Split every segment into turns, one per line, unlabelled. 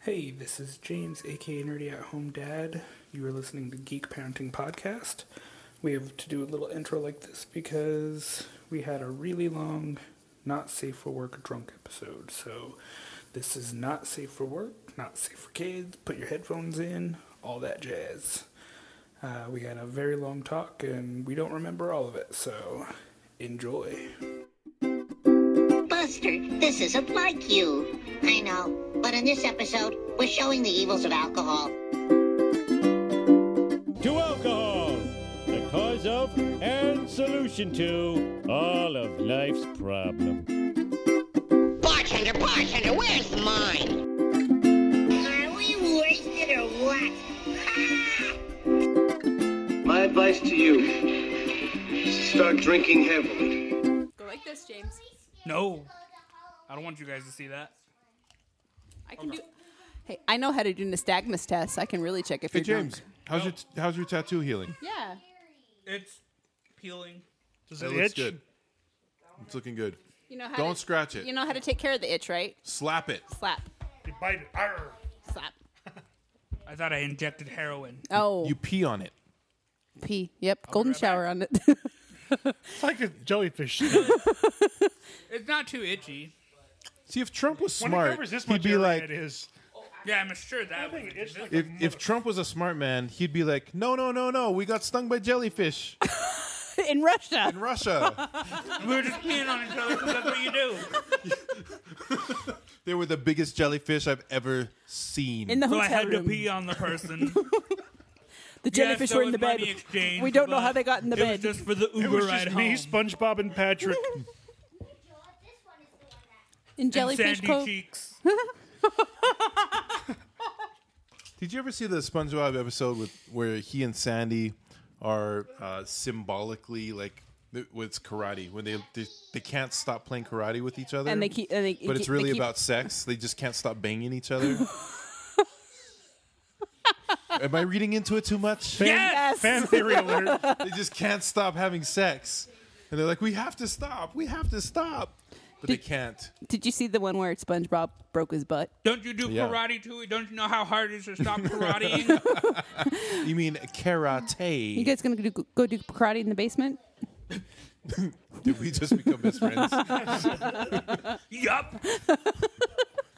Hey, this is James, aka Nerdy at Home Dad. You are listening to Geek Parenting Podcast. We have to do a little intro like this because we had a really long, not safe for work drunk episode. So, this is not safe for work, not safe for kids. Put your headphones in, all that jazz. Uh, we had a very long talk and we don't remember all of it, so enjoy.
Buster, this isn't like you. I know, but in this episode, we're showing the evils of alcohol.
to alcohol, the cause of and solution to all of life's problems.
Bartender, bartender, where's mine? Are we wasted or what?
My advice to you is to start drinking heavily.
Go like this, James.
No! I don't want you guys to see that.
I can do. Hey, I know how to do nystagmus tests. I can really check if
Hey
you're
James, how's your how's your tattoo healing?
Drunk. Yeah.
It's peeling.
Does it looks good. It's looking good.
You know how
Don't
to,
scratch it.
You know how to take care of the itch, right?
Slap it.
Slap,
You bite it.
slap.
I thought I injected heroin.
Oh,
You pee on it.
pee. Yep, golden shower on it.
like a jellyfish.
It's not too itchy.
See if Trump was
when
smart,
it covers this
he'd
much
be
area,
like,
it is.
Yeah, I'm sure that
I think
would-
it's like
if
a
if Trump was a smart man, he'd be like, no, no, no, no, we got stung by jellyfish
In Russia.
in Russia.
we were just peeing on each other 'cause that's what you do.
they were the biggest jellyfish I've ever seen.
In the
So I
hotel
had to
room.
pee on the person.
the jellyfish
there
were in
was
the bed.
money exchange,
we don't know
but
how they got in the
it was
bed.
just for the
It
Uber
was
ride
just
home.
me, SpongeBob, and Patrick.
in
and
jellyfish
sandy
cove.
cheeks.
Did you ever see the SpongeBob episode with where he and Sandy are uh, symbolically like th- with karate when they, they they can't stop playing karate with each other
And they keep- and they-
but it's
they
really
keep-
about sex. They just can't stop banging each other. Am I reading into it too much?
Yes!
Fan theory alert.
They just can't stop having sex, and they're like, "We have to stop. We have to stop," but they can't.
Did you see the one where SpongeBob broke his butt?
Don't you do
Yeah.
karate too? Don't you know how hard it is to stop karateing?
You mean karate?
You guys gonna do, go do karate in the basement?
Did we just become best friends?
yup.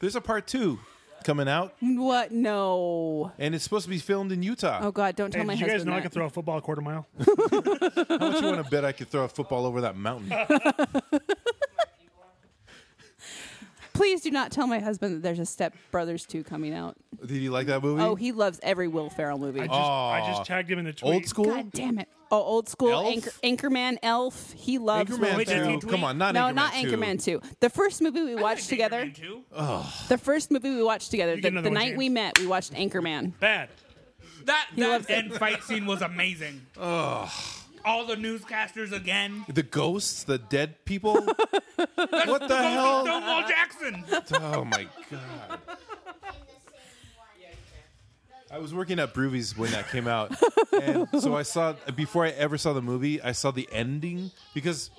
There's a part two coming out.
What? No.
and it's supposed to be filmed in Utah.
Oh God! Don't tell
Hey,
my
did you
husband
guys know
that.
I can throw a football a quarter mile?
How much you want to bet I could throw a football over that mountain?
Please do not tell my husband that there's a Step Brothers two coming out.
Did you like that movie?
Oh, he loves every Will Ferrell movie. Oh.
I just, I just tagged him in a tweet.
Old school.
God damn it! Oh, old school
Elf?
Anchor, Anchorman, Elf. He loves Will
Anchorman
Wait, did
Ferrell.
he
two.
tweet?
Come on, not
no,
Anchorman
not
two.
Anchorman two. The first movie we watched together. Uh.
Anchorman too.
The first movie we watched together.
get
The, the
another one,
night we
James.
met, we watched Anchorman.
Bad.
That that
loves it.
end fight scene was amazing. All the newscasters again.
The ghosts, the dead people. what the hell?
Stonewall Jackson.
Oh my god. I was working at Broovies when that came out, and so I saw before I ever saw the movie. I saw the ending because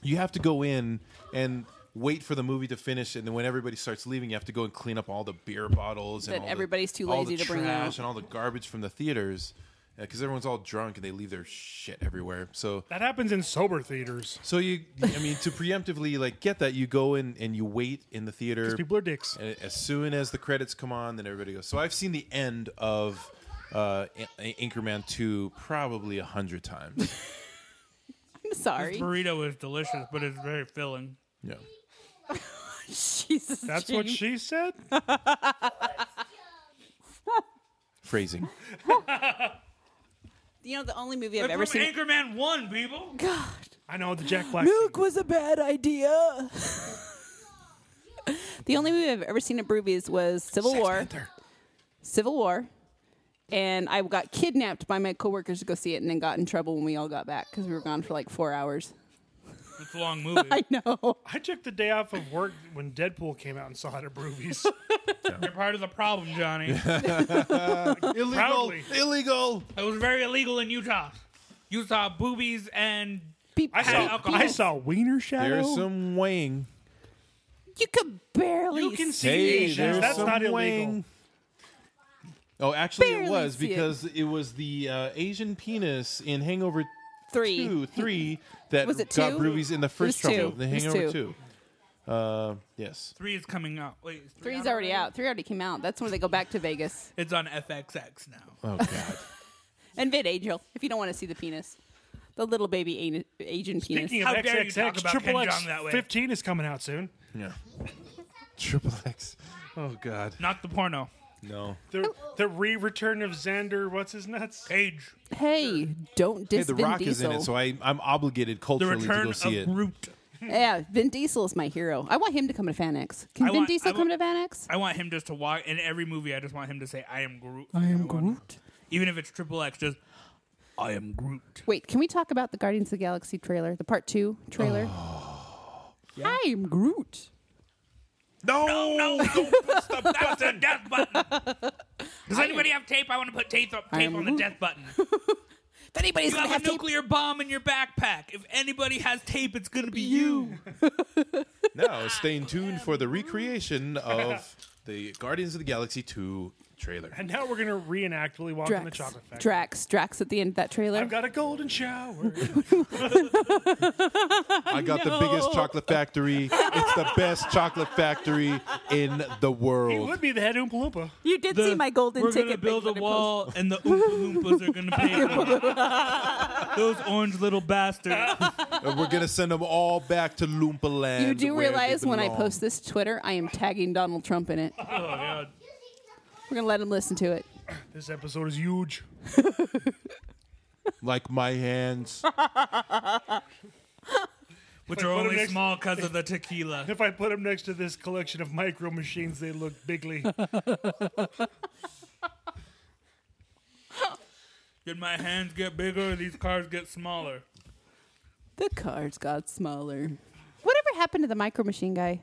you have to go in and wait for the movie to finish, and then when everybody starts leaving, you have to go and clean up all the beer bottles and
That
all the-
everybody's too
all
lazy
the
to bring
trash
out.
and all the garbage from the theaters because everyone's all drunk and they leave their shit everywhere. So
That happens in sober theaters.
so you, I mean, to preemptively like get that, you go in and you wait in the theater.
People are dicks.
And as soon as the credits come on, then everybody goes. So I've seen the end of uh, An- Anchorman two probably a hundred times.
I'm sorry,
Burrito is delicious, but it's very filling.
Yeah,
Jesus.
That's what
James.
she said.
phrasing.
you know. The only movie I've
They're
ever
from
seen.
Anchorman One, people.
I know the Jack Black.
Milk was a bad idea. the only movie I've ever seen at Broovies was Civil War. Civil War. And I got kidnapped by my coworkers to go see it, and then got in trouble when we all got back because we were gone for like four hours.
It's a long movie.
I know.
I took the day off of work when Deadpool came out and saw it at Broovies.
You're part of the problem, Johnny.
illegal,
Proudly.
illegal.
It was very illegal in Utah. You saw boobies and
Beep.
I
Had
saw,
alcohol.
Oh.
I saw Wiener Shadow.
There's some weighing.
You could barely.
You can
s-
see Asians.
there's
That's
some
not illegal.
wang. Oh, actually,
Barely
it was
see it.
because it. was the uh, Asian penis in Hangover
Three.
Two, Three that
Was it
got
two?
Broovies in the first
It was two.
trouble. The
It was
Hangover
two.
Two. Uh, yes.
Three is coming out. Wait, is three
Three's already out. Three already came out. That's when they go back to Vegas.
It's on FXX now.
Oh God.
And Vid Angel, if you don't want to see the penis, the little baby an- Asian penis.
Speaking of
How dare you
XXX,
talk about Ken
Triple X
Jong that way.
15 is coming out soon.
yeah. Triple X. Oh God.
Not the porno.
No.
The, the re-return of Xander, what's his nuts?
Cage.
hey, don't
Hey,
diss
The
Vin
Rock
Diesel.
is in it, so I, I'm obligated
The
culturally to
return
go
of
see it.
Groot.
yeah, Vin Diesel is my hero. I want him to come to FanX. Can
I
Vin
want-
Diesel
I
come
want-
to FanX?
I want him just to walk in every movie. I just want him to say, "I am Groot."
I am
want-
Groot.
Even if it's Triple X, just I am Groot.
Wait, can we talk about the Guardians of the Galaxy trailer, the part two trailer?
Oh.
I am Groot.
No.
No, no, stop, that's the death button. Does anybody have tape? I want to put tape, up, tape
am
on the
Groot.
death button.
If anybody's
You
gonna
have
have
a
to
nuclear bomb in your backpack. If anybody has tape, it's gonna be you.
Now, stay tuned for the recreation of the Guardians of the Galaxy 2 trailer.
And now we're going to reenact Willy Wonka and the
Drax,
Chocolate Factory.
Drax, Drax at the end of that trailer.
I've got a golden shower.
I got the biggest chocolate factory. It's the best chocolate factory in the
he
world.
would be the head Oompa Loompa.
you did see my golden
We're
ticket.
gonna build
Big
a
Brother
wall, and the Oompa Loompas are gonna pay for it. Those orange little bastards.
And we're going to send them all back to Loompa
post.
Land.
You do
where they
realize when I
belong.
post this to Twitter, I am tagging Donald Trump in it. We're gonna let him listen to it.
This episode is huge.
Like my hands.
which are
Put 'em
only
next-
small because of the tequila.
If I put him next to this collection of micro machines, they look bigly.
Did my hands get bigger? Or these cars get smaller.
The cards got smaller. Whatever happened to the micro machine guy?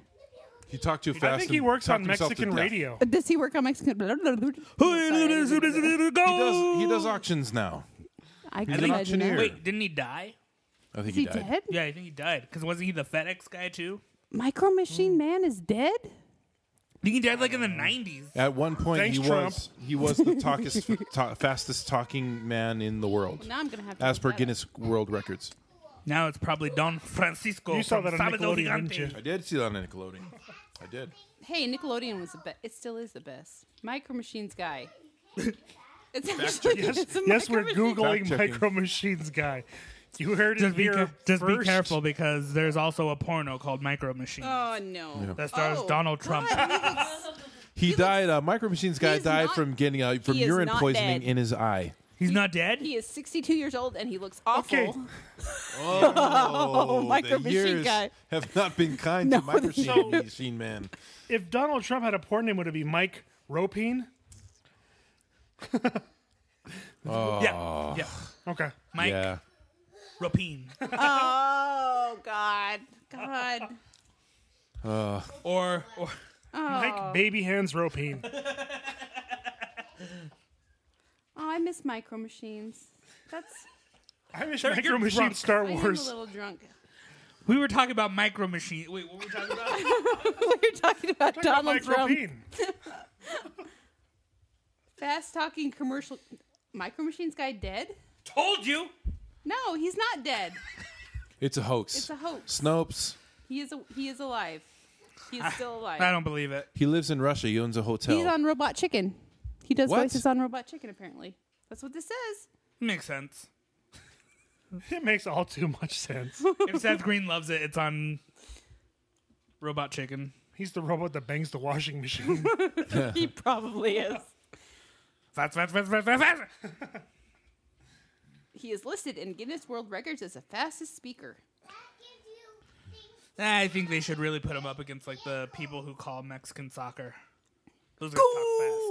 He talked too fast.
I think he
and
works
talked
on
himself to
Mexican
death.
radio.
Uh, Does he work on Mexican?
He does, he does auctions now.
I
an
can imagine
auctioneer.
that.
Wait, didn't he die?
I think
Is he
died.
dead?
Yeah, I think he died. Because wasn't he the FedEx guy too?
Micro Machine Man is dead?
I think he died like in
Uh,
the 90s.
At one point,
Thanks,
he
Trump.
was he was the talkest, ta- fastest talking man in the world,
Now I'm going to have to.
as
look
per
that up.
Guinness World Records.
Now it's probably Don Francisco.
You saw
from
that on
Sábado
Nickelodeon,
Gigante.
didn't you?
I did see that on Nickelodeon. I did.
Hey, Nickelodeon was the best. It still is the best. Micro Machines guy. It's
check.
actually
Yes,
it's a
yes
Micro
we're
Machine-
Googling
Fact-checking.
micro machines guy. You heard it
Just, be,
here
care- just be
first.
careful because there's also a porno called Micro Machine
Oh no!
that stars
Oh,
Donald Trump.
God, he looks-
He, died. Uh, Micro Machines guy
is
died
not-
from getting uh, from
he is
urine
not
poisoning
dead.
in his eye.
He's not dead?
he is 62 years old and he looks awful.
Okay.
Oh,
Micro Machine guy.
have not been kind
No,
to Micro
they-
Machine- Machine Man.
If Donald Trump had a porn name, would it be Mike Ropine?
Yeah. Yeah.
Okay.
Mike
Oh, Yeah,
Rapine.
Oh God, God!
Uh,
Or, or
Mike Baby Hands Ropine.
Oh, I miss Micro Machines. That's
I wish
Sir, you're
Micro Machine
drunk.
Star
I am a
Wars.
little drunk.
we were talking about Micro Machine. Wait, what were we talking about?
We're talking about Donald
Mike
Trump.
Ropine.
Fast talking commercial. Micro Machines guy dead?
Told you.
No, he's not dead.
it's a hoax.
It's a hoax.
Snopes.
He is a, he is alive. He is still alive.
I don't believe it.
He lives in Russia. He owns a hotel.
He's on Robot Chicken. He does
What?
voices on Robot Chicken. Apparently, that's what this says.
Makes sense.
It makes all too much sense.
If Seth Green loves it, it's on Robot Chicken.
He's the robot that bangs the washing machine.
He probably is.
Fast, fast, fast, fast, fast, fast.
He is listed in Guinness World Records as the fastest speaker.
I think they should really put him up against like the people who call Mexican soccer. Those guys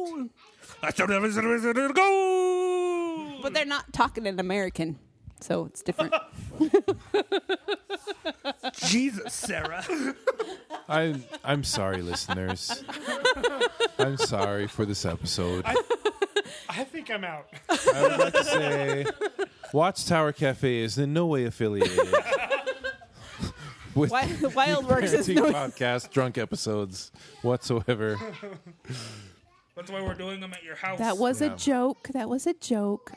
talk fast. Go!
But they're not talking in American, so it's different.
Jesus, Sarah.
I, I'm sorry, listeners. I'm sorry for this episode.
I think I'm out.
I would like to say Watchtower Cafe is in no way affiliated with
Wild, Wild Works is
parenting
no.
podcast drunk episodes whatsoever.
That's why we're doing them at your house.
That was a joke. That was a joke.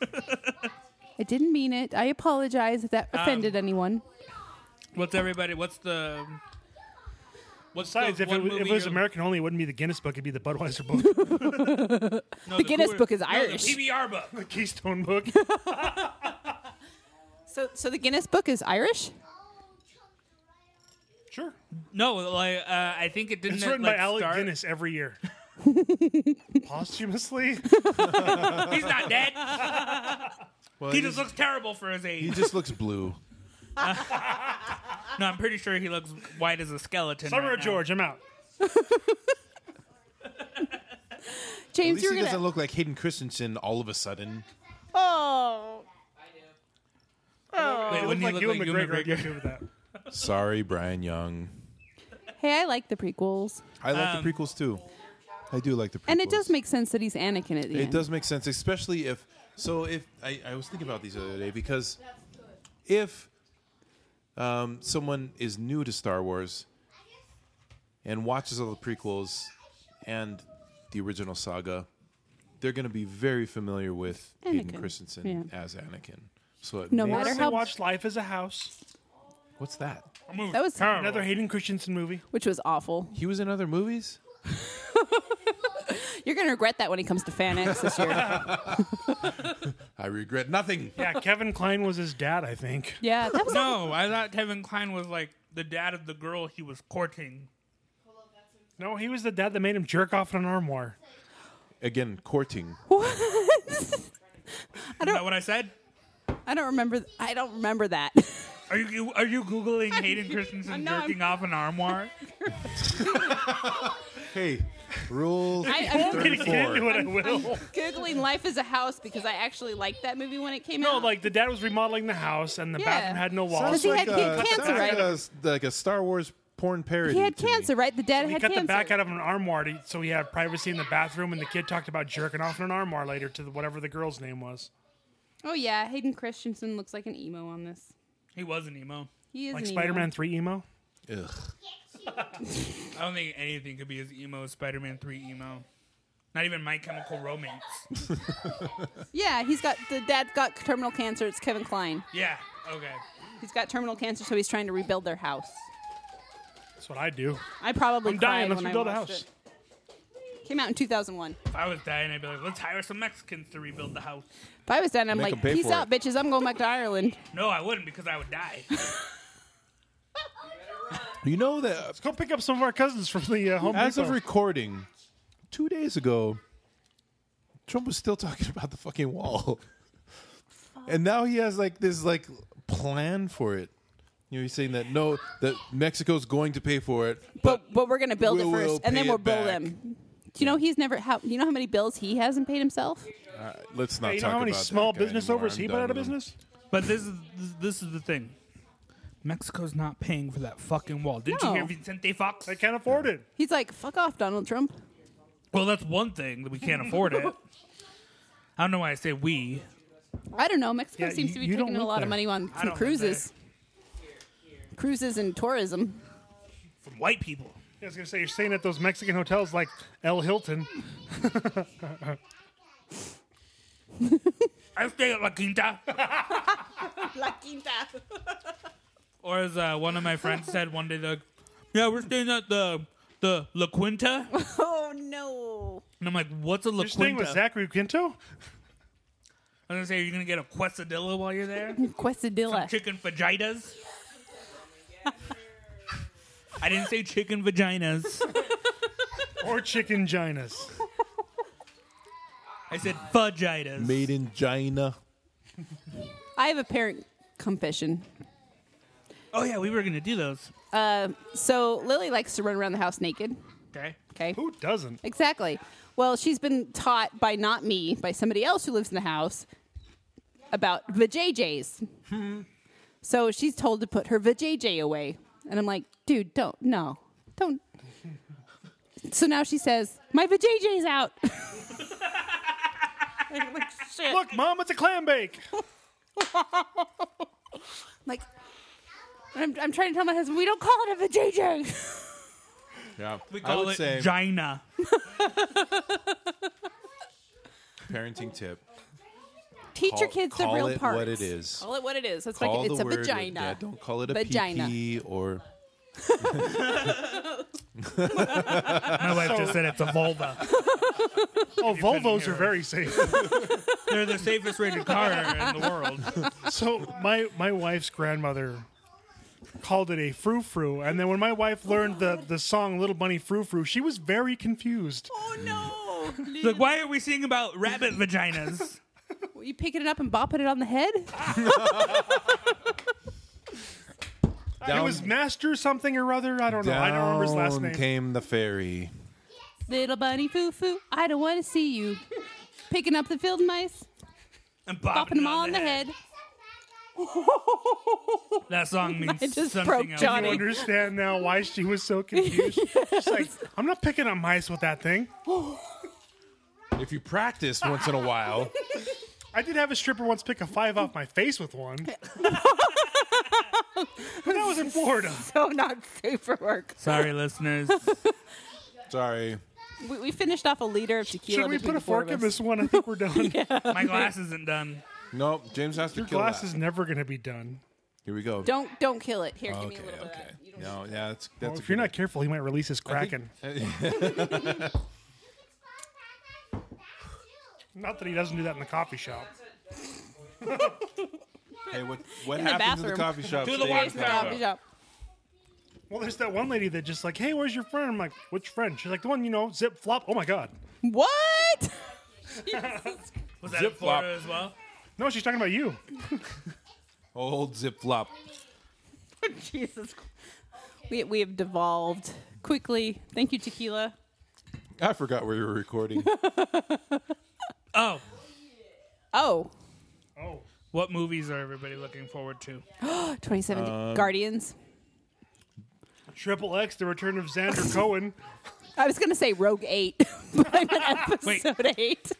I didn't mean it. I apologize if that
Um,
offended anyone.
What's everybody? What's the? What's
Besides,
the
if
one
it, was, if it
movie
was
you're-
American only, it wouldn't be the Guinness book; it'd be the Budweiser book,
no,
the Guinness
Coors-
Book is
no,
Irish.
the PBR book.
the Keystone book.
So, so the Guinness Book is Irish.
Sure,
No, like uh, I think it didn't.
it's
it,
written
like,
by Alec
start-
Guinness every year. Posthumously,
He's not dead.
Well,
He just looks terrible for his age.
he just looks blue.
No, I'm pretty sure he looks white as a skeleton.
Summer
right
of
now.
George. I'm out.
At
James,
least
you're
he
gonna.
doesn't look like Hayden Christensen all of a sudden.
oh,
Wait,
It
wouldn't
looked
he
like
look
you and
like Ewan
McGregor.
McGregor?
I'd get with that.
Sorry, Brian Young.
hey, I like the prequels,
I like the prequels too. I do like the prequels.
Um, and it does make sense that he's Anakin at the
It
end.
does make sense, especially if. So if I, I was thinking about these the other day because if um, someone is new to Star Wars and watches all the prequels and the original saga, they're going to be very familiar with Hayden
Anakin,
Christensen
yeah.
as Anakin. So it
No
makes-
matter
They
how-
watched Life as a House,
What's that?
That was
another Hayden Christensen movie.
which was awful.
He was in other movies.
You're gonna regret that when he comes to FanX this year.
I regret nothing.
Yeah, Kevin Klein was his dad, I think.
yeah, that was
No, I thought Kevin Klein was like the dad of the girl he was courting.
No, he was the dad that made him jerk off in an armoire.
Again, courting.
Is that what I said?
I don't remember. I don't remember that.
Are you- you are you googling Hayden Christensen
no, I'm-
jerking off an armoire?
Hey, rule
I, I'm
I'm gonna get into it, I
I'm-
will.
googling "Life is a House" because I actually liked that movie when it came
No,
out.
like the dad was remodeling the house and the
Yeah.
bathroom had no walls.
Sounds he like- had
a-
cancer,
sounds
right?
Like a, like a Star Wars porn parody.
he had
to me.
cancer, right? The dad
he
had
cut
cancer.
the back out of an armoire to, so he had privacy in the bathroom, and the kid talked about jerking off in an armoire later to the, whatever the girl's name was.
oh yeah, Hayden Christensen looks like an emo on this.
He was an emo.
He is
Like
an emo.
Spider Man 3 emo?
Ugh.
I don't think anything could be as emo as Spider-Man 3 emo. Not even My Chemical Romance.
Yeah, he's got the dad got terminal cancer. It's Kevin Klein.
Yeah. Okay.
He's got terminal cancer, so he's trying to rebuild their house.
That's what I do.
I probably
I'm
cried
dying. Let's
when
rebuild
I
the
watched
house.
It. Came out in 2001.
If I was dying, I'd be like, let's hire some Mexicans to rebuild the house.
If I was done, I'm
Make
like,
them pay
peace
for
out, bitches. I'm going back to Ireland.
No, I wouldn't because I would die.
You know that
Let's go pick up some of our cousins from the uh, home.
as of
Depot.
recording, two days ago, Trump was still talking about the fucking wall, and now he has like this like plan for it. You know, he's saying that no, that Mexico's going to pay for it.
But but we're gonna build
we
it first,
will
and then
pay
we'll
it
bill
back.
them. Do you know he's never how? You know how many bills he hasn't paid himself?
Uh, let's not
Hey, you
talk
know how many
about that
small
guy
business
anymore.
owners
I'm
he
done
put out of
with him.
business?
But this is this is the thing. Mexico's not paying for that fucking wall. Didn't
No.
you hear Vicente Fox?
They can't afford it.
He's like, fuck off, Donald Trump.
Well, that's one thing that we can't afford it. I don't know why I say we.
I don't know. Mexico
Yeah,
seems
you-
to be
you don't
taking a
live
lot of
there.
money on some
don't live
cruises, cruises and tourism.
From white people.
I was gonna say you're staying at those Mexican hotels like El Hilton.
I stay at La Quinta.
La Quinta.
Or as uh, one of my friends said one day, like, yeah, we're staying at the the La Quinta.
Oh no.
And I'm like, what's a La
You're staying
Quinta?
with Zachary Quinto?
I'm gonna say, are you gonna get a quesadilla while you're there?
Quesadilla.
chicken vaginas? I didn't say chicken vaginas.
Or chicken ginas.
I said vaginas.
Made in China.
I have a parent confession.
Oh yeah, we were gonna do those.
Uh, So Lily likes to run around the house naked.
Okay.
Okay.
Who doesn't?
Exactly. Well, she's been taught by not me, by somebody else who lives in the house about vajayjays. so she's told to put her vajayjay away. And I'm like, dude, don't, no, don't. so now she says, my vajayjay's out. I'm like, shit.
Look, mom, it's a clam bake.
like, I'm, I'm trying to tell my husband we don't call it a vajayjay.
Yeah,
We
I
call
would
it
say
Gina.
parenting tip.
Teach your
Call-
kids the
call
real
it
parts.
what it is.
Call it what it is. That's
Call
like it's
the
a
word.
vagina.
Yeah, don't call it a
Vagina.
PP or
My wife just said it's a vulva. oh, Volvos are very safe.
They're the safest rated car in the world.
So my my wife's grandmother called it a frou frou, and then when my wife learned the the song Little Bunny Frou Frou, she was very confused.
Oh no!
Look, why are we singing about rabbit vaginas?
Were you picking it up and bopping it on the head?
It
down.
was Master something or other. I don't know. I don't remember his last
down
name.
Came the fairy.
Little bunny foo foo, I don't want to see you. Picking up the field mice,
And
bopping them all on the head.
That song means
just
something
broke
else.
Johnny.
You understand now why she was so confused. She's like, I'm not picking up mice with that thing.
If you practice once in a while,
I did have a stripper once pick a five off my face with one. but that was in Florida.
So not safe for work.
Sorry, listeners.
sorry.
We, we finished off a liter of tequila.
Should we
between
put a
the four
fork in
of us.
this one? I think we're done.
My glass isn't done.
No, James has to
Your
kill
glass
that.
is never going to be done.
Here we go.
Don't don't kill it. Here, give
Okay,
me a little bit. Of
okay.
that. You don't-
No, yeah, that's that's. a
if you're
good
not careful, he might release his Kraken. Not that he doesn't do that in the coffee shop.
one. Hey, what what
the
happens in the
bathroom.
coffee shop?
Do the
stays in
wash bathroom.
Coffee shop.
Well, there's that one lady that just like, hey, where's your friend? I'm like, which friend? She's like, the one you know, zip flop. Oh my god.
What?
Was that
Zip
in Florida as well?
No, she's talking about you.
Old zip flop.
Jesus. We we have devolved quickly. Thank you, tequila.
I forgot we were recording.
Oh,
Oh,
Oh.
what movies are everybody looking forward to?
2017
Um,
Guardians.
Triple X, the return of Xander Cohen.
I was gonna say Rogue Eight, but I meant Episode Eight.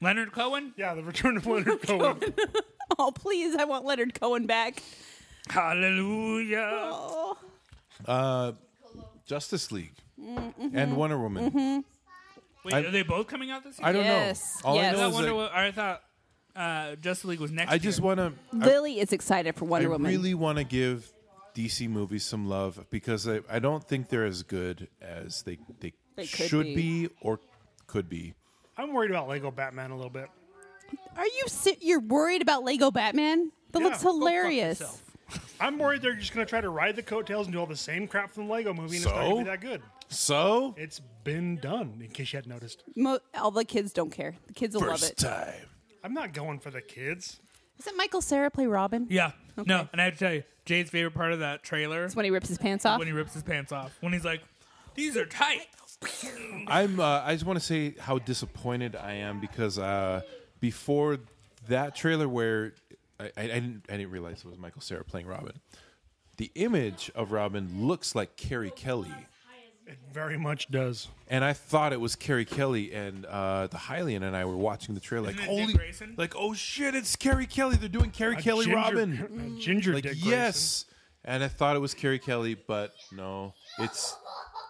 Leonard Cohen?
Yeah, the return of Leonard Cohen.
Oh please, I want Leonard Cohen back.
Hallelujah.
Oh,
Uh, Justice League
Mm-hmm.
and Wonder Woman.
Wait,
I-
are they both coming out this year?
I don't
Yes,
know. All
yes.
I
I,
know is
wonder
that
what I thought uh, Justice League was next.
I just
year.
want to.
Lily is excited for
I
Wonder Woman.
really want to give DC movies some love because I, I don't think they're as good as they they,
They could
should
be.
be. or could be.
I'm worried about Lego Batman a little bit.
Are you si- you're worried about Lego Batman? That looks
go fuck
hilarious.
yourself.
I'm worried they're just going to try to ride the coattails and do all the same crap from the Lego movie, and it's not going to
So?
be that good.
So
It's been done, in case you had noticed.
Mo- all the kids don't care. The kids will love
first
it.
time.
I'm not going for the kids.
Doesn't Michael Sarah play Robin?
Yeah. No, and I have to tell you, Jade's favorite part of that trailer
That's when he rips his pants off.
when he rips his pants off. When he's like, these are tight.
I'm. Uh, I just want to say how disappointed I am because uh, before that trailer, where I, I, I didn't, I didn't realize it was Michael Sarah playing Robin. The image of Robin looks like Carrie Kelly,
It very much does.
and I thought it was Carrie Kelly. And uh, the Hylian and I were watching the trailer, like
Isn't it Dick
holy,
Grayson?
like oh shit, it's Carrie Kelly. They're doing Carrie
A
Kelly
ginger-
Robin.
a ginger
like
Dick Grayson.
yes, and I thought it was Carrie Kelly, but no, it's.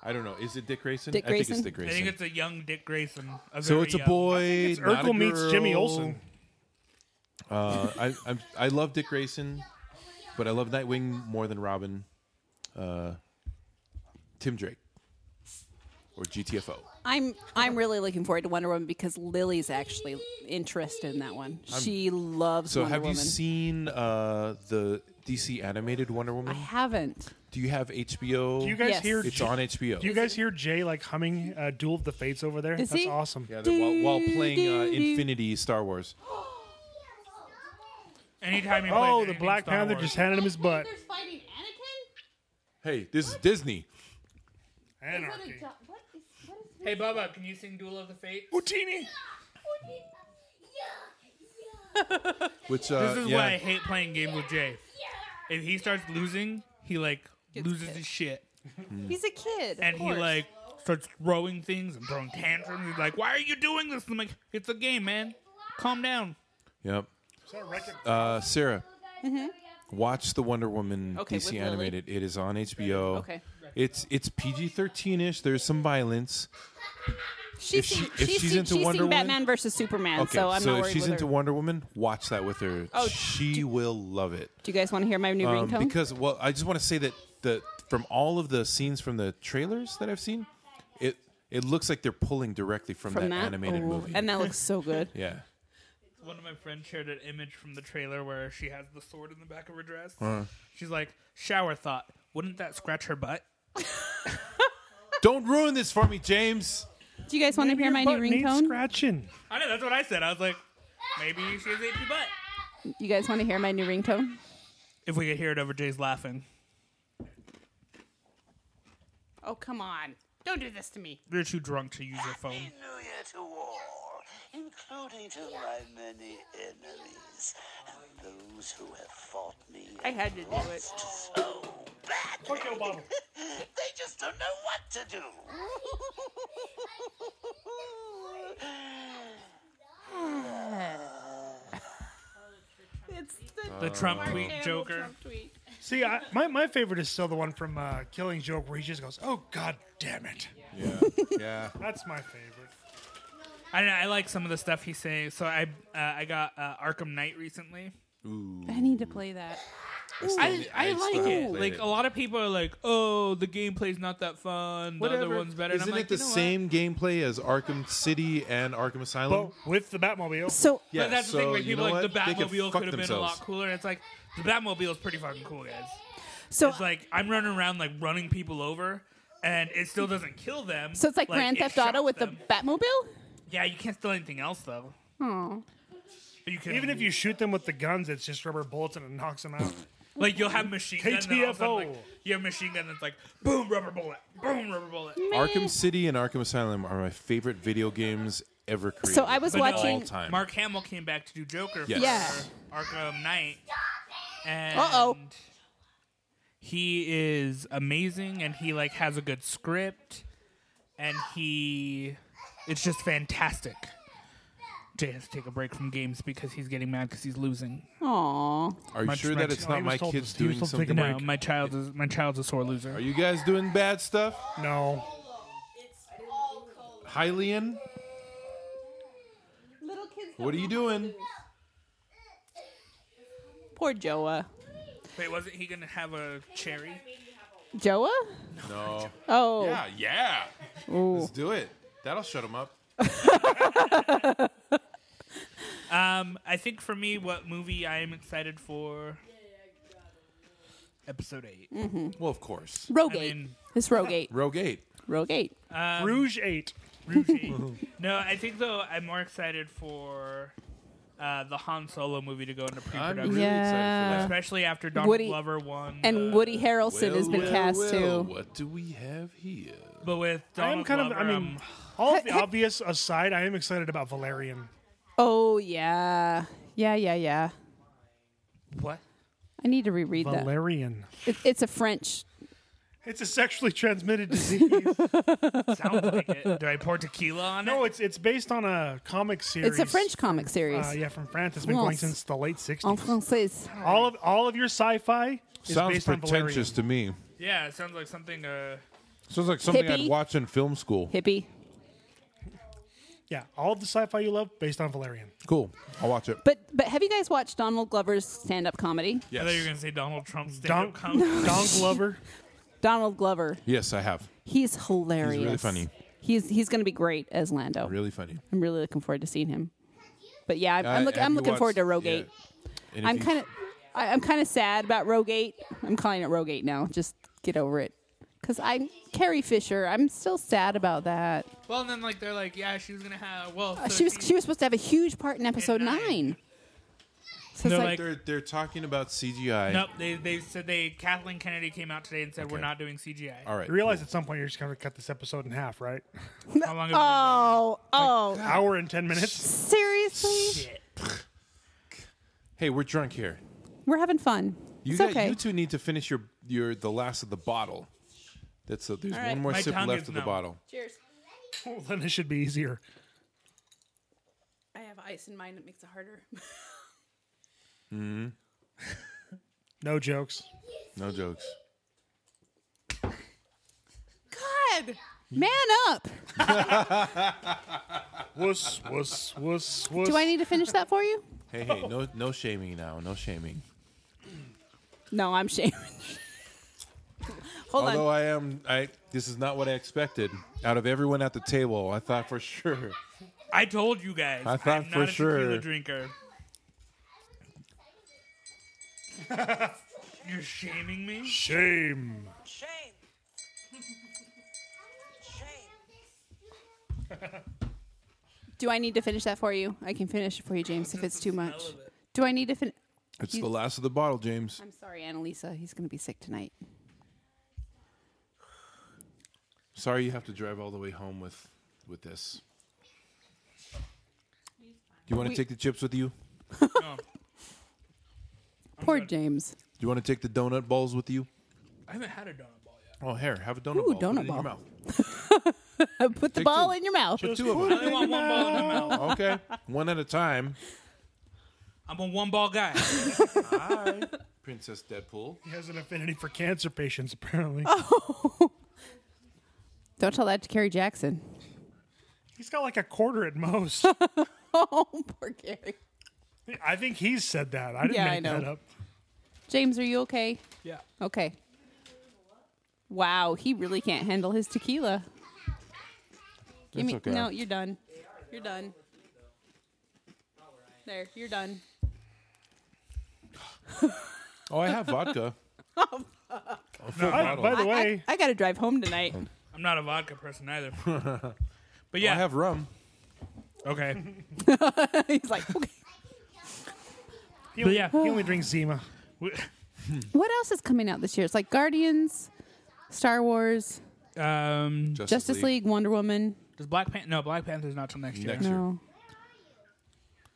I don't know. Is it Dick Grayson?
Dick
I think it's
Grayson?
Dick
I
Grayson.
think it's a young Dick Grayson.
so
very
it's a
young-
boy.
It's
not a
Urkel meets Jimmy
girl.
Olsen.
Uh, I I'm, I love Dick Grayson, but I love Nightwing more than Robin. Uh, Tim Drake or GTFO.
I'm I'm really looking forward to Wonder Woman because Lily's actually interested in that one. she loves
So
Wonder
have
Woman.
you seen uh, the DC animated Wonder
I
Woman?
haven't.
Do you have HBO?
Do you guys
Yes.
hear?
it's on HBO.
Do you guys hear Jay like humming uh, "Duel of the Fates" over there?
Is
That's
he?
awesome.
yeah, they're while, while playing uh, Infinity Star Wars.
Anytime you
Oh,
play
the
anything
Black
Star
Panther
Wars.
just handed him his butt.
fighting Anakin?
Hey, this is Disney.
Anarchy.
What a jo- what is what is
Hey, Bubba, can you sing Duel of the Fate?
Utini.
Yeah, yeah,
Which uh,
This is
yeah.
why I hate playing games with Jay.
yeah.
If he starts losing, he like loses his shit,
He's a kid.
and he like starts throwing things and throwing tantrums. He's like, "Why are you doing this?" And I'm like, "It's a game, man. Calm down."
Yep.
Is that Wreck-It-
Uh, Sarah, Watch the Wonder Woman
Mm-hmm. Okay, with
DC
Lily.
animated. It is on HBO.
Okay.
It's it's PG thirteen ish. There's some violence.
She's,
If she-
seen-
if
she's,
she's
seen-
into
she's
Wonder
seen
Woman-
Batman versus Superman,
Okay,
so I'm not
if
worried
she's
with
into
her.
Wonder Woman, watch that with her.
Oh,
she will love it.
Do you guys want to hear my new
Um,
ringtone?
because well, I just want to say that the from all of the scenes from the trailers that I've seen, it it looks like they're pulling directly from,
From
that,
that,
animated
Ooh,
Oh.
movie.
and that looks so good.
yeah,
One of my friends shared an image from the trailer where she has the sword in the back of her dress.
Uh-huh.
She's like, shower thought. Wouldn't that scratch her butt?
don't ruin this for me, James.
Do you guys want to hear my new
But needs
ringtone?
scratching.
I know, that's what I said. I was like, maybe she has itchy butt.
You guys want to hear my new ringtone?
If we could hear it over Jay's laughing.
Oh come on! Don't do this to me.
You're too drunk to use your phone.
New Year to all, including to my many enemies and those who have fought me
I had to do it.
so badly. They just don't know what to do.
It's
Oh.
The Oh. Trump tweet
the
Joker.
tweet.
See, I, my, my favorite is still the one from uh, Killing Joke where he just goes, "Oh God damn it!"
Yeah, yeah.
That's my favorite.
I, I like some of the stuff he's saying. So I uh, I got uh, Arkham Knight recently.
I need to play that.
I, I, like it.
played
Like
it.
a lot of people are like, oh, the gameplay's not that fun. The other one's better.
Isn't
and I'm
it
like,
the
"You know what?"
same gameplay as Arkham City and Arkham Asylum?
But with the Batmobile,
So
yeah,
But that's
so
the thing. Like,
you
people
know
are like
what? They
the
could fuck
Batmobile could have been a
themselves.
lot cooler. It's like the Batmobile is pretty fucking cool, guys.
so
It's like I'm running around like running people over, and it still doesn't kill them.
so it's like, Grand
it
Theft Auto
shocks
with
them.
the Batmobile.
yeah. You can't steal anything else though.
Oh,
But you can
even if you shoot them with the guns, it's just rubber bullets and it knocks them out.
like, you'll have machine gun. and then all of a sudden,
KTFO.
Like, you have machine gun that's like boom rubber bullet, boom rubber bullet.
Arkham City and Arkham Asylum are my favorite video games ever created.
so I was
But no,
watching.
all time.
Mark Hamill came back to do Joker
Yes.
for Arkham Knight. And
Uh-oh.
He is amazing and he like has a good script and he it's just fantastic. Jay has to take a break from games because he's getting mad because he's losing.
Aw,
Are you
my-
sure
my-
that it's
no,
not
he
my
was told
kids
to- he was
doing
told to take a
something?
No,
Mike.
my child is my child's a sore loser.
Are you guys doing bad stuff?
No,
Hylian,
little kids.
what are you doing?
Poor Joa.
Wait, wasn't he gonna have a cherry?
Joa?
No.
Oh,
Yeah, yeah. Let's do it. That'll shut him up.
Um, I think for me, what movie I am excited for? Episode eight.
Mm.
Well, of course.
Rogate.
I mean- Uh,
it's Rogate.
Rogate.
Rogate.
Rouge Eight.
No, I think though I'm more excited for uh, the Han Solo movie to go into
I'm
pre-production,
really
Yeah.
excited for that.
especially after Donald
Woody-
Glover won,
And
the-
Woody Harrelson
Well,
has been
well,
cast
well,
too.
What do we have here?
but with
I
Donald
am kind of.
Glover,
I mean,
um,
all of the obvious aside, I am excited about Valerian.
Oh yeah, yeah, yeah, yeah.
what?
I need to reread that.
Valerian.
It, it's a French.
It's a sexually transmitted disease.
Sounds like it. Do I pour tequila on
no,
it?
it's it's based on a comic series.
It's a French comic series.
Uh, yeah, from France. It's been going
France.
since the late '60s.
En français.
All of all of your sci-fi is
Sounds
based on Valerian.
pretentious to me.
Yeah, it sounds like something. Uh,
Sounds like something
Hippie.
I'd watch in film school.
Hippie.
Yeah, all of the sci-fi you love based on Valerian.
Cool. I'll watch it.
But but have you guys watched Donald Glover's stand-up comedy?
I thought you were gonna say Donald Trump's stand-up
Don
comedy.
Don Glover.
Donald Glover.
Yes, I have.
He's hilarious.
He's really funny.
He's he's going to be great as Lando.
Really funny.
I'm really looking forward to seeing him. But yeah, I'm,
Uh,
I'm, look,
have
I'm
you
looking forward to
watched-
Rogate.
yeah. And if
I'm
you-
kind of I'm kind of sad about Rogate. I'm calling it Rogate now. Just get over it. Cuz I'm Carrie Fisher. I'm still sad about that.
well, and then like they're like, yeah, she was gonna have. Well,
Uh, she was
13
she was supposed to have a huge part in episode
And nine.
9. So it's
No,
like,
like-
They're they're talking about CGI.
Nope, they they said they Kathleen Kennedy came out today and said we're
Okay.
not doing CGI.
All right.
You realize at some point you're just going to cut this episode in half, right?
How long have
"Oh, oh,
Hour and ten minutes.
seriously?
Hey, we're drunk here.
We're having fun."
You
it's
got-
okay.
you two need to finish your your the last of the bottle. That's a, there's
right.
one more
My
sip
tongue
left
is
of the
numb.
bottle.
Cheers.
Well, then it should be easier.
I have ice in mine. It makes it harder.
No jokes.
No jokes.
God, man up.
Wuss, wuss, wuss, wuss.
Do I need to finish that for you?
Hey, hey, no, no shaming now. No shaming.
No, I'm shaming. Hold
Although
on.
I am, I this is not what I expected. Out of everyone at the table, I thought for sure.
I told you guys.
I thought
am
for
not a
sure.
tequila drinker. You're shaming me?
Shame.
Shame. Shame.
Do I need to finish that for you? I can finish it for you, James, if it's too much. Do I need to finish?
It's
You-
the last of the bottle, James.
I'm sorry, Annalisa. He's going to be sick tonight.
Sorry you have to drive all the way home with with this. Do you want to take the chips with you? Do
Poor James.
you want to take the donut balls with you?
I haven't had a donut ball yet.
Oh, here, have a donut
Ooh,
ball. Put it
donut
in
ball.
your mouth.
Put the
Take
ball
two.
in your mouth.
Put two of them.
I want one ball in my mouth.
Okay, one at a time.
I'm a one ball guy.
Princess Deadpool.
He has an affinity for cancer patients, apparently.
Oh. Don't tell that to Carrie Jackson.
He's got like a quarter at most.
Oh, poor Carrie.
I think he said that. I didn't
Yeah,
make
I know.
that up.
James, are you okay?
Yeah.
Okay. Wow, he really can't handle his tequila. Give me
okay.
no, you're done. You're done. There, you're done.
Oh, I have vodka.
Oh,
A full
I-
bottle.
by the
I-
way,
I, I gotta drive home tonight.
I'm not a vodka person either. But
I
yeah,
have rum.
okay.
Oh.
He's like, okay.
he
But
only,
yeah.
he only drinks Zima.
What else is coming out this year? It's like Guardians, Star Wars,
Um,
Justice League, Wonder Woman. Oh.
does Black Panther? No, Black Panther's not till next year.
Next year.
No.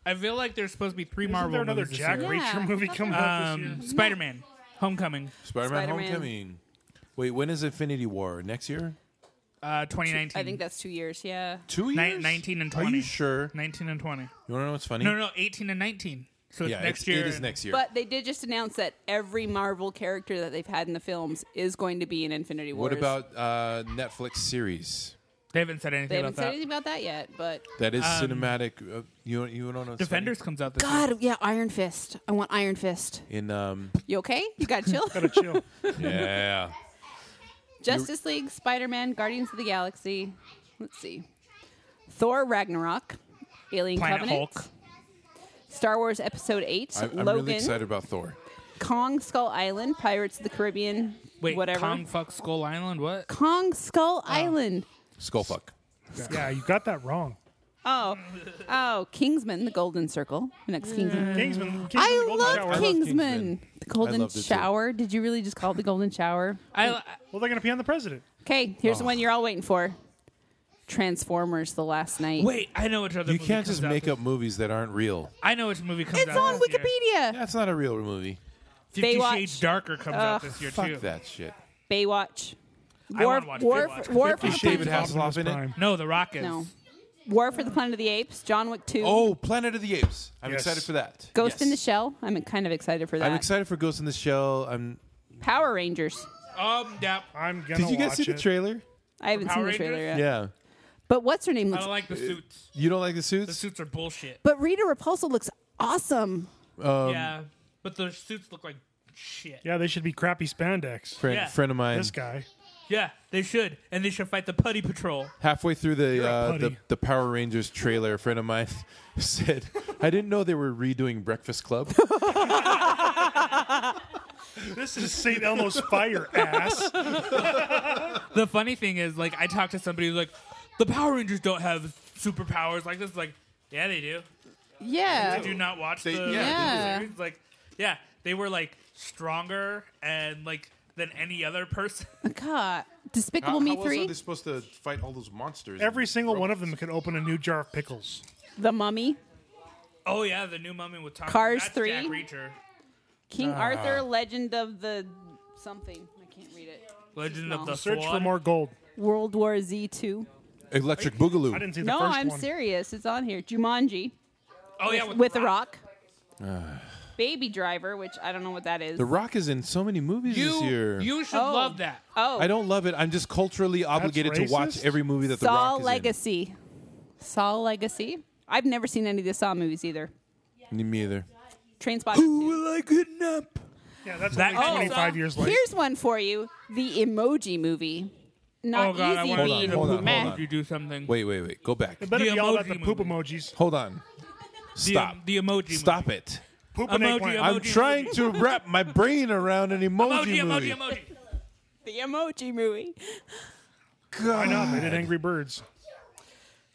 I feel like there's supposed to be three
Isn't
Marvel.
there another
movies this
Jack
year.
Yeah.
Reacher movie coming out this year?
Um, Spider Man, Homecoming,
Spider-Man,
Spider-Man.
Homecoming. Wait, when is Infinity War? Next year?
uh, 2019.
I think that's two years, yeah.
Two
Ni-
years?
19 and
Are
20.
you sure?
19 and 20.
You want to know what's funny?
No, no, 18 and 19. So
Yeah,
it's next
it's,
year.
it is next year.
But they did just announce that every Marvel character that they've had in the films is going to be in Infinity Wars.
what about uh, Netflix series?
They haven't said anything
They haven't
about
said
that.
anything about that yet, but
That is cinematic. Uh, you you don't know. what's
Um, Defenders comes out this year.
God, yeah, Iron Fist. I want Iron Fist.
funny? in um
You okay? You got chill?
Gotta chill.
yeah
Justice League, Spider Man, Guardians of the Galaxy. Let's see. Thor Ragnarok, Alien
Planet
Covenant,
Hulk.
Star Wars Episode 8,
I, I'm
Logan,
really excited about Thor.
Kong Skull Island, Pirates of the Caribbean,
Wait,
whatever.
Kong fuck Skull Island? What?
Kong Skull Island.
Skullfuck.
yeah, you got that wrong.
Oh, oh, Kingsman, the Golden Circle, the next Kingsman.
Kingsman. Kingsman the
I
Golden
love,
Shower.
love
Kingsman.
Kingsman.
The
I
Golden
loved it too.
Shower. Did you really just call it the Golden Shower?
I, I-
Well, they're gonna pee on the president.
Okay, here's the one you're all waiting for. Transformers: The Last Night.
wait. I know which other.
You
movie
can't
comes
just
out
make
this-
up movies that aren't real.
I know which movie comes
it's
out.
on
this year.
Wikipedia.
That's not a real movie.
Fifty
Baywatch.
Shades Darker comes out this year
Fuck
too.
that shit.
Baywatch.
I
War,
wanna watch
War,
Baywatch.
War for
Is
the
David
Planet.
Hasselhoff in it?
Prime.
No, The Rock is.
No. War for the Planet of the Apes. John Wick Two.
Oh, Planet of the Apes. I'm
Yes.
excited for that.
Ghost in the
Yes.
Shell. I'm kind of excited for that.
I'm excited for Ghost in the Shell. I'm.
Power Rangers.
Um, yeah.
I'm gonna.
Did you guys
watch
see the
it.
trailer?
I haven't
Power
seen the trailer yet.
Rangers?
Yeah.
But what's her name?
I
Looks,
don't like the suits.
You don't like the suits?
The suits are bullshit.
Mm.
but Rita Repulsa looks awesome.
Um,
yeah, but the suits look like shit. Yeah.
Yeah, they should be crappy spandex.
friend,
Yeah.
friend of mine.
This guy.
they should, and they should fight the Putty Patrol.
Halfway through the,
a
uh, the
putty.
the Power Rangers trailer, a friend of mine said, "I didn't know they were redoing Breakfast Club."
This is St. Elmo's fire ass.
The funny thing is, like, I talked to somebody who's like, the Power Rangers don't have superpowers like this. Like, yeah, they do.
Yeah.
Did you not watch
They-
the
they
yeah,
do.
series? Like, yeah, they were like stronger and like than any other person.
God. Despicable Me Three.
supposed to fight all those monsters?
Every single one of them could open a new jar of pickles.
The Mummy.
oh yeah, the new Mummy with Tom.
Cars
that's
three?
Jack Reacher,
King Arthur. Legend of the something. I can't read it.
Legend of the
Search for
Swan.
more gold.
World War Z Two.
Electric
I
Boogaloo.
didn't see the
No,
first
I'm
one.
serious. It's on here. Jumanji
Oh yeah,
with The Rock. Baby Driver, which I don't know what that is.
The Rock is in so many movies
You,
this year.
you should
Oh.
love that.
oh,
I don't love it. I'm just culturally obligated to watch
racist?
every movie that The
Saw
Rock is
Legacy. Saw Legacy. I've never seen any of the Saw movies either.
in. Me either.
Train Spotting.
will I kidnap?
Yeah, that's
That
only
also-
25 years later.
Here's one for you: the Emoji Movie. Not
oh god, I
easy
want to
read.
see
Hold on,
the poop
hold
if
on.
you do something.
Wait, wait, wait. Go back.
It better
The
be all about the
emoji
poop
movie.
emojis.
Hold on.
The,
Stop.
the emoji.
Stop
movie.
it.
Poop and
Emoji,
eggplant.
emoji.
I'm trying to wrap my brain around an emoji,
Emoji,
movie.
emoji, emoji.
The Emoji Movie.
Why
God.
not? They did Angry Birds.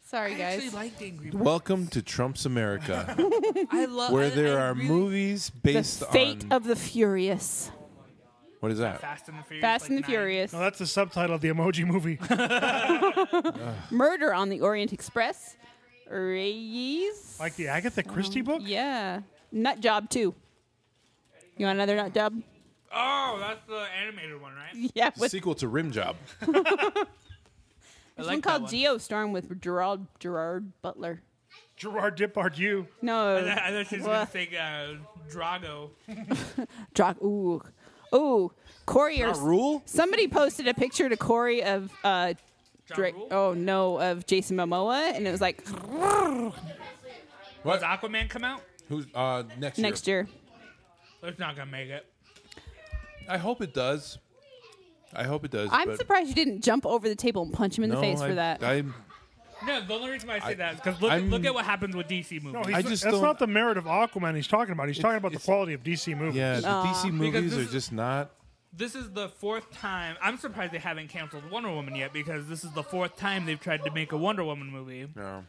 Sorry,
I actually
guys.
liked Angry Birds.
Welcome to Trump's America,
I love
where
I-
there
I
are
really-
movies
The
based
Fate
on
of the Furious.
what is that?
Fast and the Furious.
Fast
like
and the
nine.
Furious.
No, that's the subtitle of the emoji movie.
Murder on the Orient Express. Reyes.
like the Agatha Christie book?
Yeah. Nut Job too. You want another nut job?
Oh, that's the animated one, right?
Yeah. With
Sequel to Rim Job.
I
There's
like
one called Geostorm with Gerard Gerard Butler.
Gerard Depardieu.
No.
I thought she was
Well,
gonna say uh, Drago.
Dra- ooh. Ooh. Corey or
Not rule?
somebody posted a picture to Corey of uh Drake
Rule?
oh no, of Jason Momoa and it was like
What?
Does Aquaman come out?
Who's uh, next?
next year.
It's not gonna make it.
I hope it does. I hope it does.
I'm
but
surprised you didn't jump over the table and punch him in
no,
the face
I,
for that.
I'm
No, the only reason why I say
I-
that is because look,
I'm-
look at what happens with DC movies.
No, he's,
I just
that's
don't-
not the merit of Aquaman he's talking about. He's talking about the
it's-
quality of DC movies.
yeah. The DC movies
this
are
is-
just not.
this is the fourth time. I'm surprised they haven't canceled Wonder Woman yet because this is the fourth time they've tried to make a Wonder Woman movie.
No.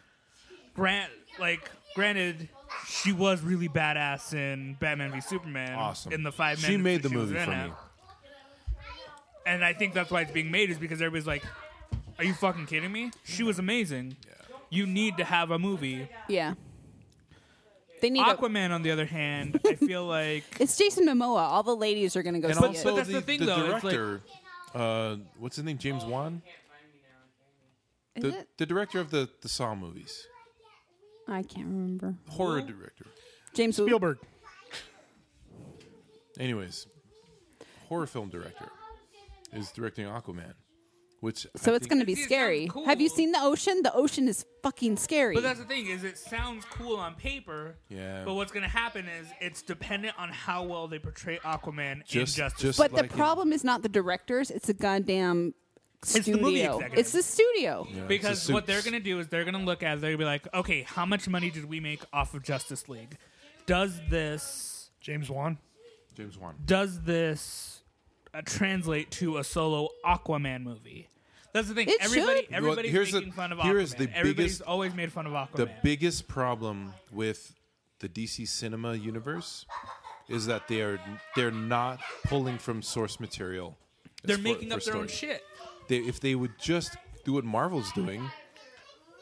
Grant, like, granted, she was really badass in Batman v Superman.
Awesome.
In the five minutes
She made the
that she was
movie
in
for
it.
me.
And I think that's why it's being made is because everybody's like, "Are you fucking kidding me? She was amazing. You need to have a movie."
yeah. They need a,
Aquaman, on the other hand, I feel like
It's Jason Momoa. All the ladies are gonna go
And
see
also
it.
that's
the,
the thing,
the
though, it's like-
director. uh, what's his name? James Wan.
Is
The,
it?
the director of the, the Saw movies,
I can't remember.
horror director.
James Wu-
Spielberg.
Anyways, horror film director is directing Aquaman, which
So
I
it's
think-
going to be
See, it sounds
scary.
cool.
Have you seen the ocean? The ocean is fucking scary.
But that's the thing is it sounds cool on paper.
Yeah.
But what's going to happen is it's dependent on how well they portray Aquaman
Just-
in Justice.
just-
But
like
the
in-
problem is not the directors; it's the goddamn
the
studio.
movie executives.
It's the studio.
Yeah, uh, it's
because
the
what they're
suits.
going to do is they're going to look at it, they're going to be like, "Okay, how much money did we make off of Justice League? Does this
James Wan.
James Wan.
does this uh, translate to a solo Aquaman movie?" That's the thing.
It
everybody
should.
everybody's
here's the-
making fun of Aquaman.
here is the
everybody's
biggest-
always made fun of Aquaman.
The biggest problem with the DC cinema universe is that they are they're not pulling from source material. as
they're
for-
making
for
up their own
story.
shit.
They, if they would just do what Marvel's doing,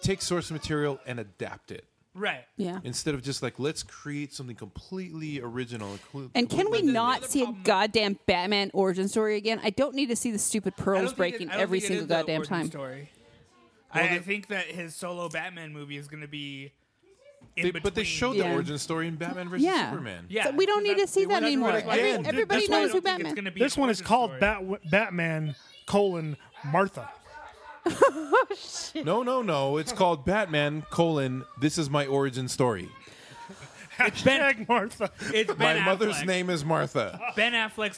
take source material and adapt it
Right.
Yeah.
instead of just like let's create something completely original. and clu-
And can we
completely new.
not see a
problem-
goddamn Batman origin story again? I don't need to see the stupid
I don't
pearls
think
breaking
it- I don't
every
think it
single
is the
goddamn
origin
time.
Story.
Well,
I, I
the-
think that his solo Batman movie is going to be.
They-
In between.
but they showed
Yeah.
the origin story in Batman versus
Yeah.
Superman.
Yeah,
So we don't
so
need to
that's-
see that
that's what
anymore.
I
Every-
wanted.
Again, everybody
That's why I
knows
don't
who
think it's
Batman-
gonna be
This
an
one is
origin
called
story.
Bat- Batman colon Martha.
No, no, no. It's called Batman colon. This is my origin story.
Hashtag Martha.
It's
My
Ben
mother's
Affleck.
name is Martha.
Ben Affleck's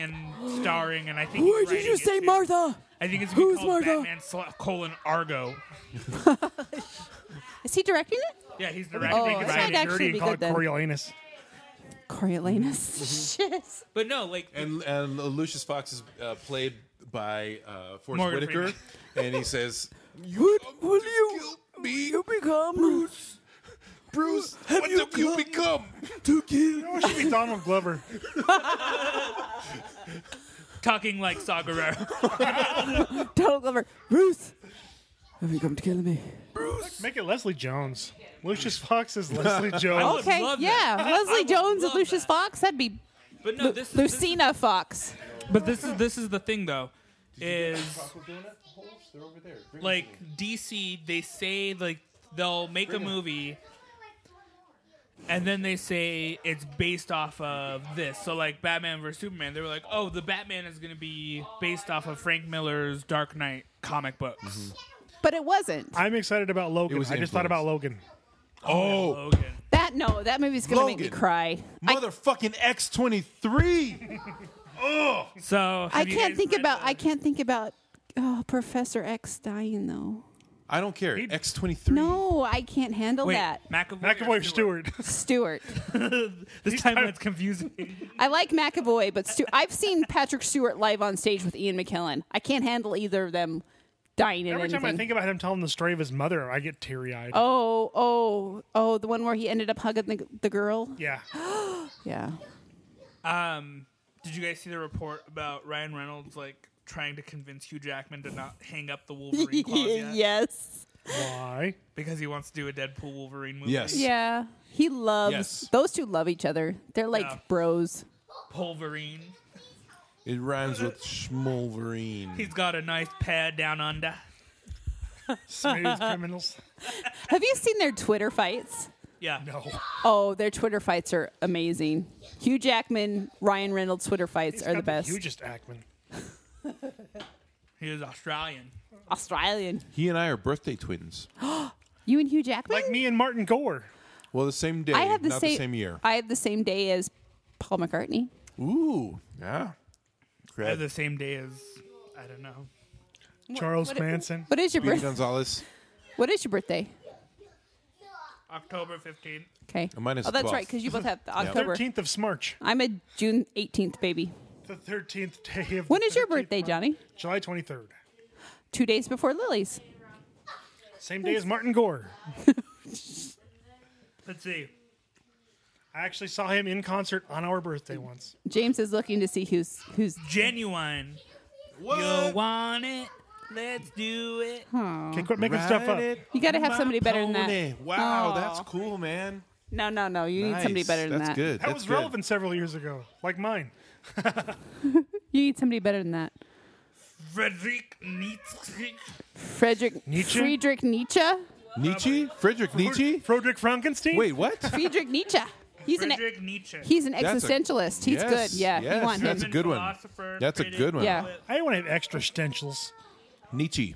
and starring, and I think.
Where
he's
did
writing
you
it
say
too.
Martha?
I think it's going to
Who's
be called
Martha?
Batman sl- colon Argo.
Is he directing it?
Yeah, he's directing.
Oh,
and
it's
writing.
not actually
dirty
be
and call
good
it
then.
Coriolanus.
Coriolanus.
Mm-hmm.
Shit.
But no, like,
And and Lucius Fox is uh, played by uh, Forrest
Morgan
Whitaker,
Freeman.
and he says,
What will you be? You become Bruce.
"Bruce,
Have
what
you
have you
come-
become?"
To kill.
Oh, it should be Donald Glover.
talking like Saw Gerrera.
Donald Glover. Ruth. Have you come to kill me?
Make it Leslie Jones. Lucius Fox is Leslie Jones.
would
Okay.
love
Yeah.
that. I
Leslie
would
Jones and
love
Lucius
that.
Fox. That'd be
But no, this is this is-
Lucina Fox.
But this is this is the thing though, is like DC. They say like they'll make a movie, and then they say it's based off of this. So like Batman vs Superman, they were like, "Oh, the Batman is going to be based off of Frank Miller's Dark Knight comic books."
Mm-hmm.
But it wasn't.
I'm excited about Logan.
It was
I just thought about Logan.
Oh,
Logan.
That no, that movie's gonna make me
Logan.
cry. I,
motherfucking X twenty three.
So
I
have you
can't
guys
think
read
about
the-
I can't think about oh, Professor X dying though.
I don't care. X twenty three.
No, I can't handle
Wait,
that.
McAvoy. or
McAvoy Stewart.
Stewart.
this time it's confusing.
I like McAvoy, but Stu- I've seen Patrick Stewart live on stage with Ian McKellen. I can't handle either of them dying in
Every
anything.
time I think about him telling the story of his mother, I get teary eyed.
oh, oh, oh, the one where he ended up hugging the, the girl.
Yeah.
Yeah.
Um, did you guys see the report about Ryan Reynolds like trying to convince Hugh Jackman to not hang up the Wolverine clause yet?
yes.
Why?
because he wants to do a Deadpool Wolverine movie.
Yes.
Yeah. He loves
Yes.
those two. Love each other. They're like
Yeah.
bros.
Wolverine.
It rhymes with Schmolverine.
He's got a nice pad down under.
Smooth criminals.
Have you seen their Twitter fights?
Yeah.
No.
Oh, their Twitter fights are amazing. Hugh Jackman, Ryan Reynolds Twitter fights
He's
are
got
the best.
hugest Ackman.
He was Australian.
Australian.
He and I are birthday twins.
You and Hugh Jackman?
Like me and Martin Gore.
Well, the same day,
I have the
not
same
the same year.
I have the same day as Paul McCartney.
Ooh, yeah.
They're
Crap.
the same day as I don't know.
Charles Manson.
What is your
Speedy
birth-
Gonzalez.
What is your birthday?
October fifteenth.
Okay.
Uh, mine is
oh, that's
12th.
right cuz you both have the October.
13th of March.
I'm a June 18th baby.
The 13th day of
When
the
is your
13th
birthday,
month.
Johnny?
July 23rd.
2 days before Lily's.
Same day as Martin Gore.
Let's see.
I actually saw him in concert on our birthday once.
James is looking to see who's who's
Genuine. You want it? Let's do it.
Okay, quit making stuff up.
You got to have somebody better than that.
Wow,
Aw.
that's cool, Oh, man.
No, no, no. You need somebody
Nice.
better than
that's
that.
Good.
That
That's
was
good.
relevant several years ago, like mine.
You need somebody better than that.
Frederick Nietzsche.
Frederick
Nietzsche?
Friedrich Nietzsche?
Nietzsche, Frederick Nietzsche.
Frederick Frankenstein?
Wait, what?
Friedrich Nietzsche. He's an
Frederick Nietzsche.
he's an
That's a-
existentialist. he's
Yes,
good. Yeah,
yes,
you want
that's
him.
a good one.
Philosopher,
That's a
critic,
good one.
Yeah.
I don't want to have extra stencils.
Nietzsche.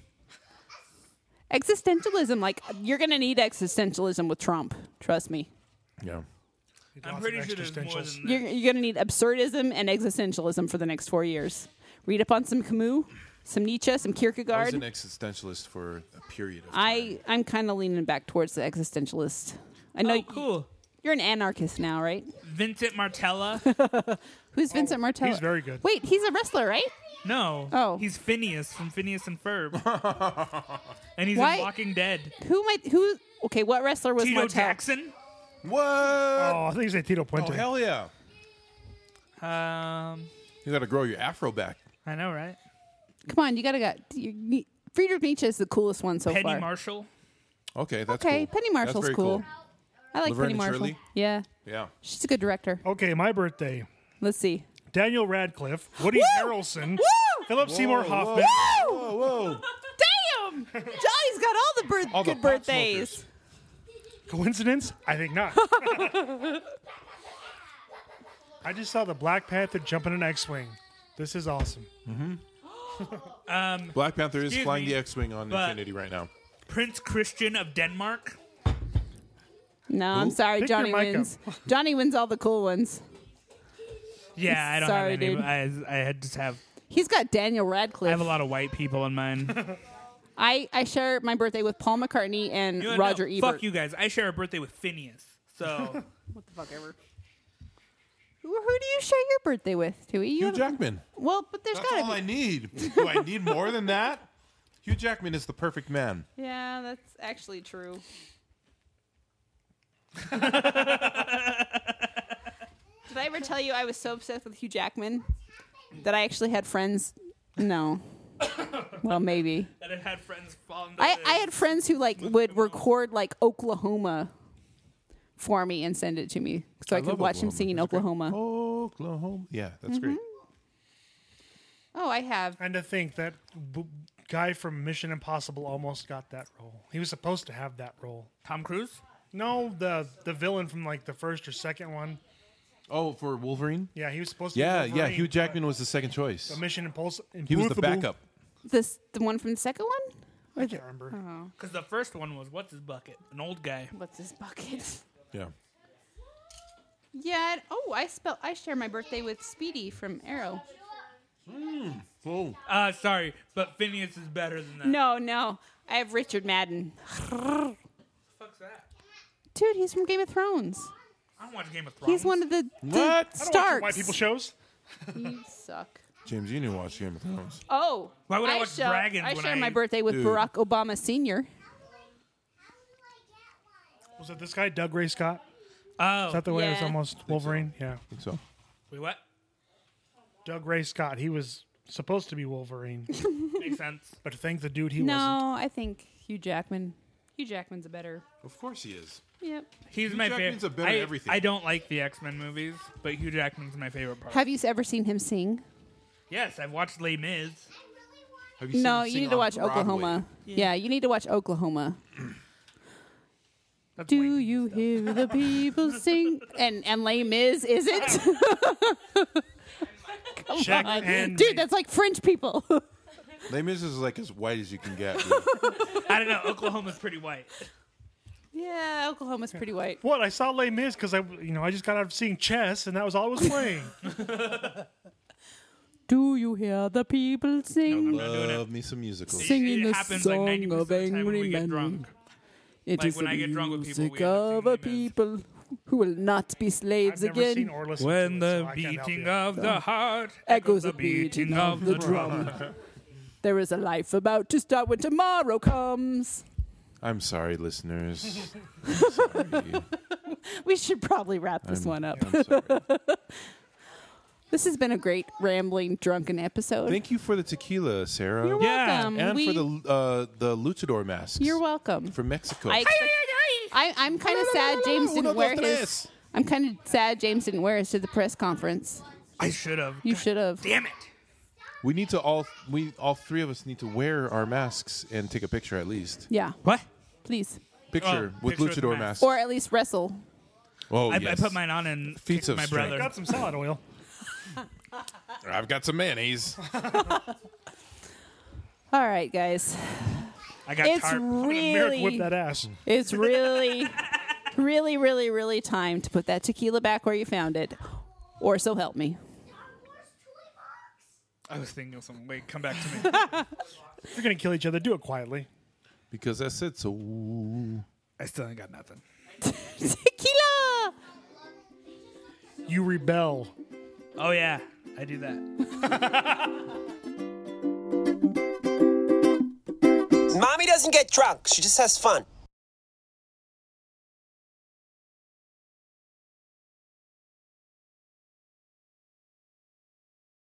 Existentialism, like you're gonna need existentialism with Trump. Trust me.
Yeah.
I'm
Lots
pretty
of
sure
extra
there's more
stencils.
than
You're, you're gonna need absurdism and existentialism for the next four years. Read up on some Camus, some Nietzsche, some
I was an
Kierkegaard.
existentialist for a period of time.
I I'm kind of leaning back towards the existentialist. I know
Oh, cool.
you're an anarchist now, right?
Vincent Martella.
Who's Vincent
Oh,
Martell?
he's very good.
Wait, he's a wrestler, right?
No.
Oh.
He's Phineas from Phineas and Ferb. and he's
Why-
in Walking Dead.
Who might who? Okay, what wrestler was
Tito
Martell?
Jackson.
What?
Oh, I think he's a Tito Puente.
oh hell yeah!
Um,
You got to grow your afro back.
I know, right?
Come on, you gotta got. You, Friedrich Nietzsche is the coolest one so
Penny
far.
Marshall.
Okay, that's
Okay,
cool.
Penny
That's
Marshall's
very
cool.
cool.
I like
Laverne
Penny
and
Marshall.
Shirley?
Yeah,
Yeah.
she's a good director.
Okay, my birthday.
Let's see.
Daniel Radcliffe, Woody Harrelson,
Woo!
Philip Seymour
Whoa,
Hoffman.
Whoa, whoa!
Damn, Jolly's got all the birth-
All the
good
pot
birthdays.
smokers.
Coincidence? I think not. I just saw the Black Panther jumping an X-wing. This is awesome.
Black Panther is
Excuse
flying
me,
the X-wing on
but-
Infinity right now.
Prince Christian of Denmark.
No, I'm sorry,
Pick your
Johnny
mic
wins. Johnny wins all the cool ones.
Yeah, I don't
Sorry,
have any.
dude.
but I, I had- just have.
He's got Daniel
I
Radcliffe.
have a lot of white people in mine.
I, I share my birthday with Paul McCartney and
You know,
Roger
no,
Ebert.
Fuck you guys. I share a birthday with Phineas. So
What the fuck ever. Who, who do you share your birthday with, Tui? You
Hugh
have-
Jackman.
Well, but there's
That's
gotta
all
be.
I need. Do I need more than that? Hugh Jackman is the perfect man.
Yeah, that's actually true. Did I ever tell you I was so obsessed with Hugh Jackman that I actually had friends? No. well, maybe.
that I've had friends fall into
I,
the-
I had friends who like would record like Oklahoma for me and send it to me so I, could
love
watch him
Oklahoma.
singing
That's great.
Oklahoma. Oh.
Oklahoma. Yeah, that's
Mm-hmm.
great.
Oh, I have.
And to think that b- guy from Mission Impossible almost got that role. He was supposed to have that role.
Tom Cruise.
No, the the villain from like the first or second one.
Oh, for Wolverine?
Yeah, he was supposed to.
Yeah,
be
yeah.
Wolverine,
Hugh Jackman
but
was the second choice.
the Mission Impulse.
He was the backup.
This the one from the second one?
I can't remember.
Because the first one was what's his bucket, an old guy.
What's this bucket?
Yeah.
Yeah. I'd- Oh, I spell. I share my birthday with Speedy from Arrow.
Oh,
Uh, sorry, but Phineas is better than that.
No, no. I have Richard Madden.
the fuck's that?
Dude, he's from Game of Thrones.
I don't watch Game of Thrones.
He's one of the, the
What? I
I don't watch the
Starks.
White people shows.
You suck.
James, you didn't watch Game of Thrones.
Oh.
Why would I watch
share,
dragons
I
when
share
I-
my birthday with
Dude.
Barack Obama Sr.
Was it this guy, Doug Ray Scott?
Oh,
Is that the way it was
Yeah.
almost Wolverine? Yeah.
I think so.
wait, what?
Doug Ray Scott. He was supposed to be Wolverine,
Makes sense.
but thank the dude he wasn't.
No, I think Hugh Jackman. Hugh Jackman's a better.
Of course he is.
Yep.
He's
Hugh
my
Jackman's
favorite.
a better
I,
everything.
I don't like the X Men movies, but Hugh Jackman's my favorite part.
Have you ever seen him sing?
yes, I've watched Les Mis.
Have you seen
no,
him
you
sing
need to
on
watch
Broadway?
Oklahoma. Yeah. you need to watch Oklahoma.
That's
Do
way-
you hear the people sing? And and Les Mis is it?
Check and
Dude, that's like French people.
Les Mis is like as white as you can get. dude.
I don't know. Oklahoma's pretty white.
yeah, Oklahoma's pretty white.
what I saw Les Mis because I, you know, I just got out of seeing chess and that was all I was playing.
Do you hear the people sing?
Love me some musicals.
Sing. Singing
it,
the
happens
song
like 90%
of
of the time when
angry
we get
men.
drunk.
It
Like,
is
when
the
I get drunk with people, we
music
end up
of
singing
a
Les Mis.
people who will not be
I've
slaves
never
again.
seen or listened
When
to it, so
the
I can't help
beating
you.
of the heart
echoes the beating of the drum. There is a life about to start when tomorrow comes.
I'm sorry, listeners. I'm sorry.
We should probably wrap this
I'm-
one up.
I'm sorry.
This has been a great rambling drunken episode.
Thank you for the tequila, Sarah.
you're
Yeah,
welcome.
and
We-
for the uh, the luchador masks.
you're welcome.
From Mexico.
I, I, I'm kind of sad James
Uno,
didn't
dos,
wear
tres.
his. I'm kind of sad James didn't wear his to the press conference.
I should have.
You should have.
Damn it.
we need to all we all three of us need to wear our masks and take a picture at least.
Yeah,
What?
please,
Uh, Picture
Oh,
with
picture with
luchador
the
masks.
mask.
or at least wrestle.
oh,
I,
yes.
I put mine on and
Feats
kicked
of
my
strength.
brother.
Got some salad oil.
I've got some mayonnaise.
All right, guys.
I got
It's
tarp.
Merrick whipped
really,
that ass.
it's really, really, really, really time to put that tequila back where you found it, or so help me.
I was thinking of something. Wait, come back to me.
If you're gonna kill each other, do it quietly.
because I said so.
I still ain't got nothing.
Tequila.
You rebel.
Oh yeah, I do that.
Mommy doesn't get drunk, she just has fun.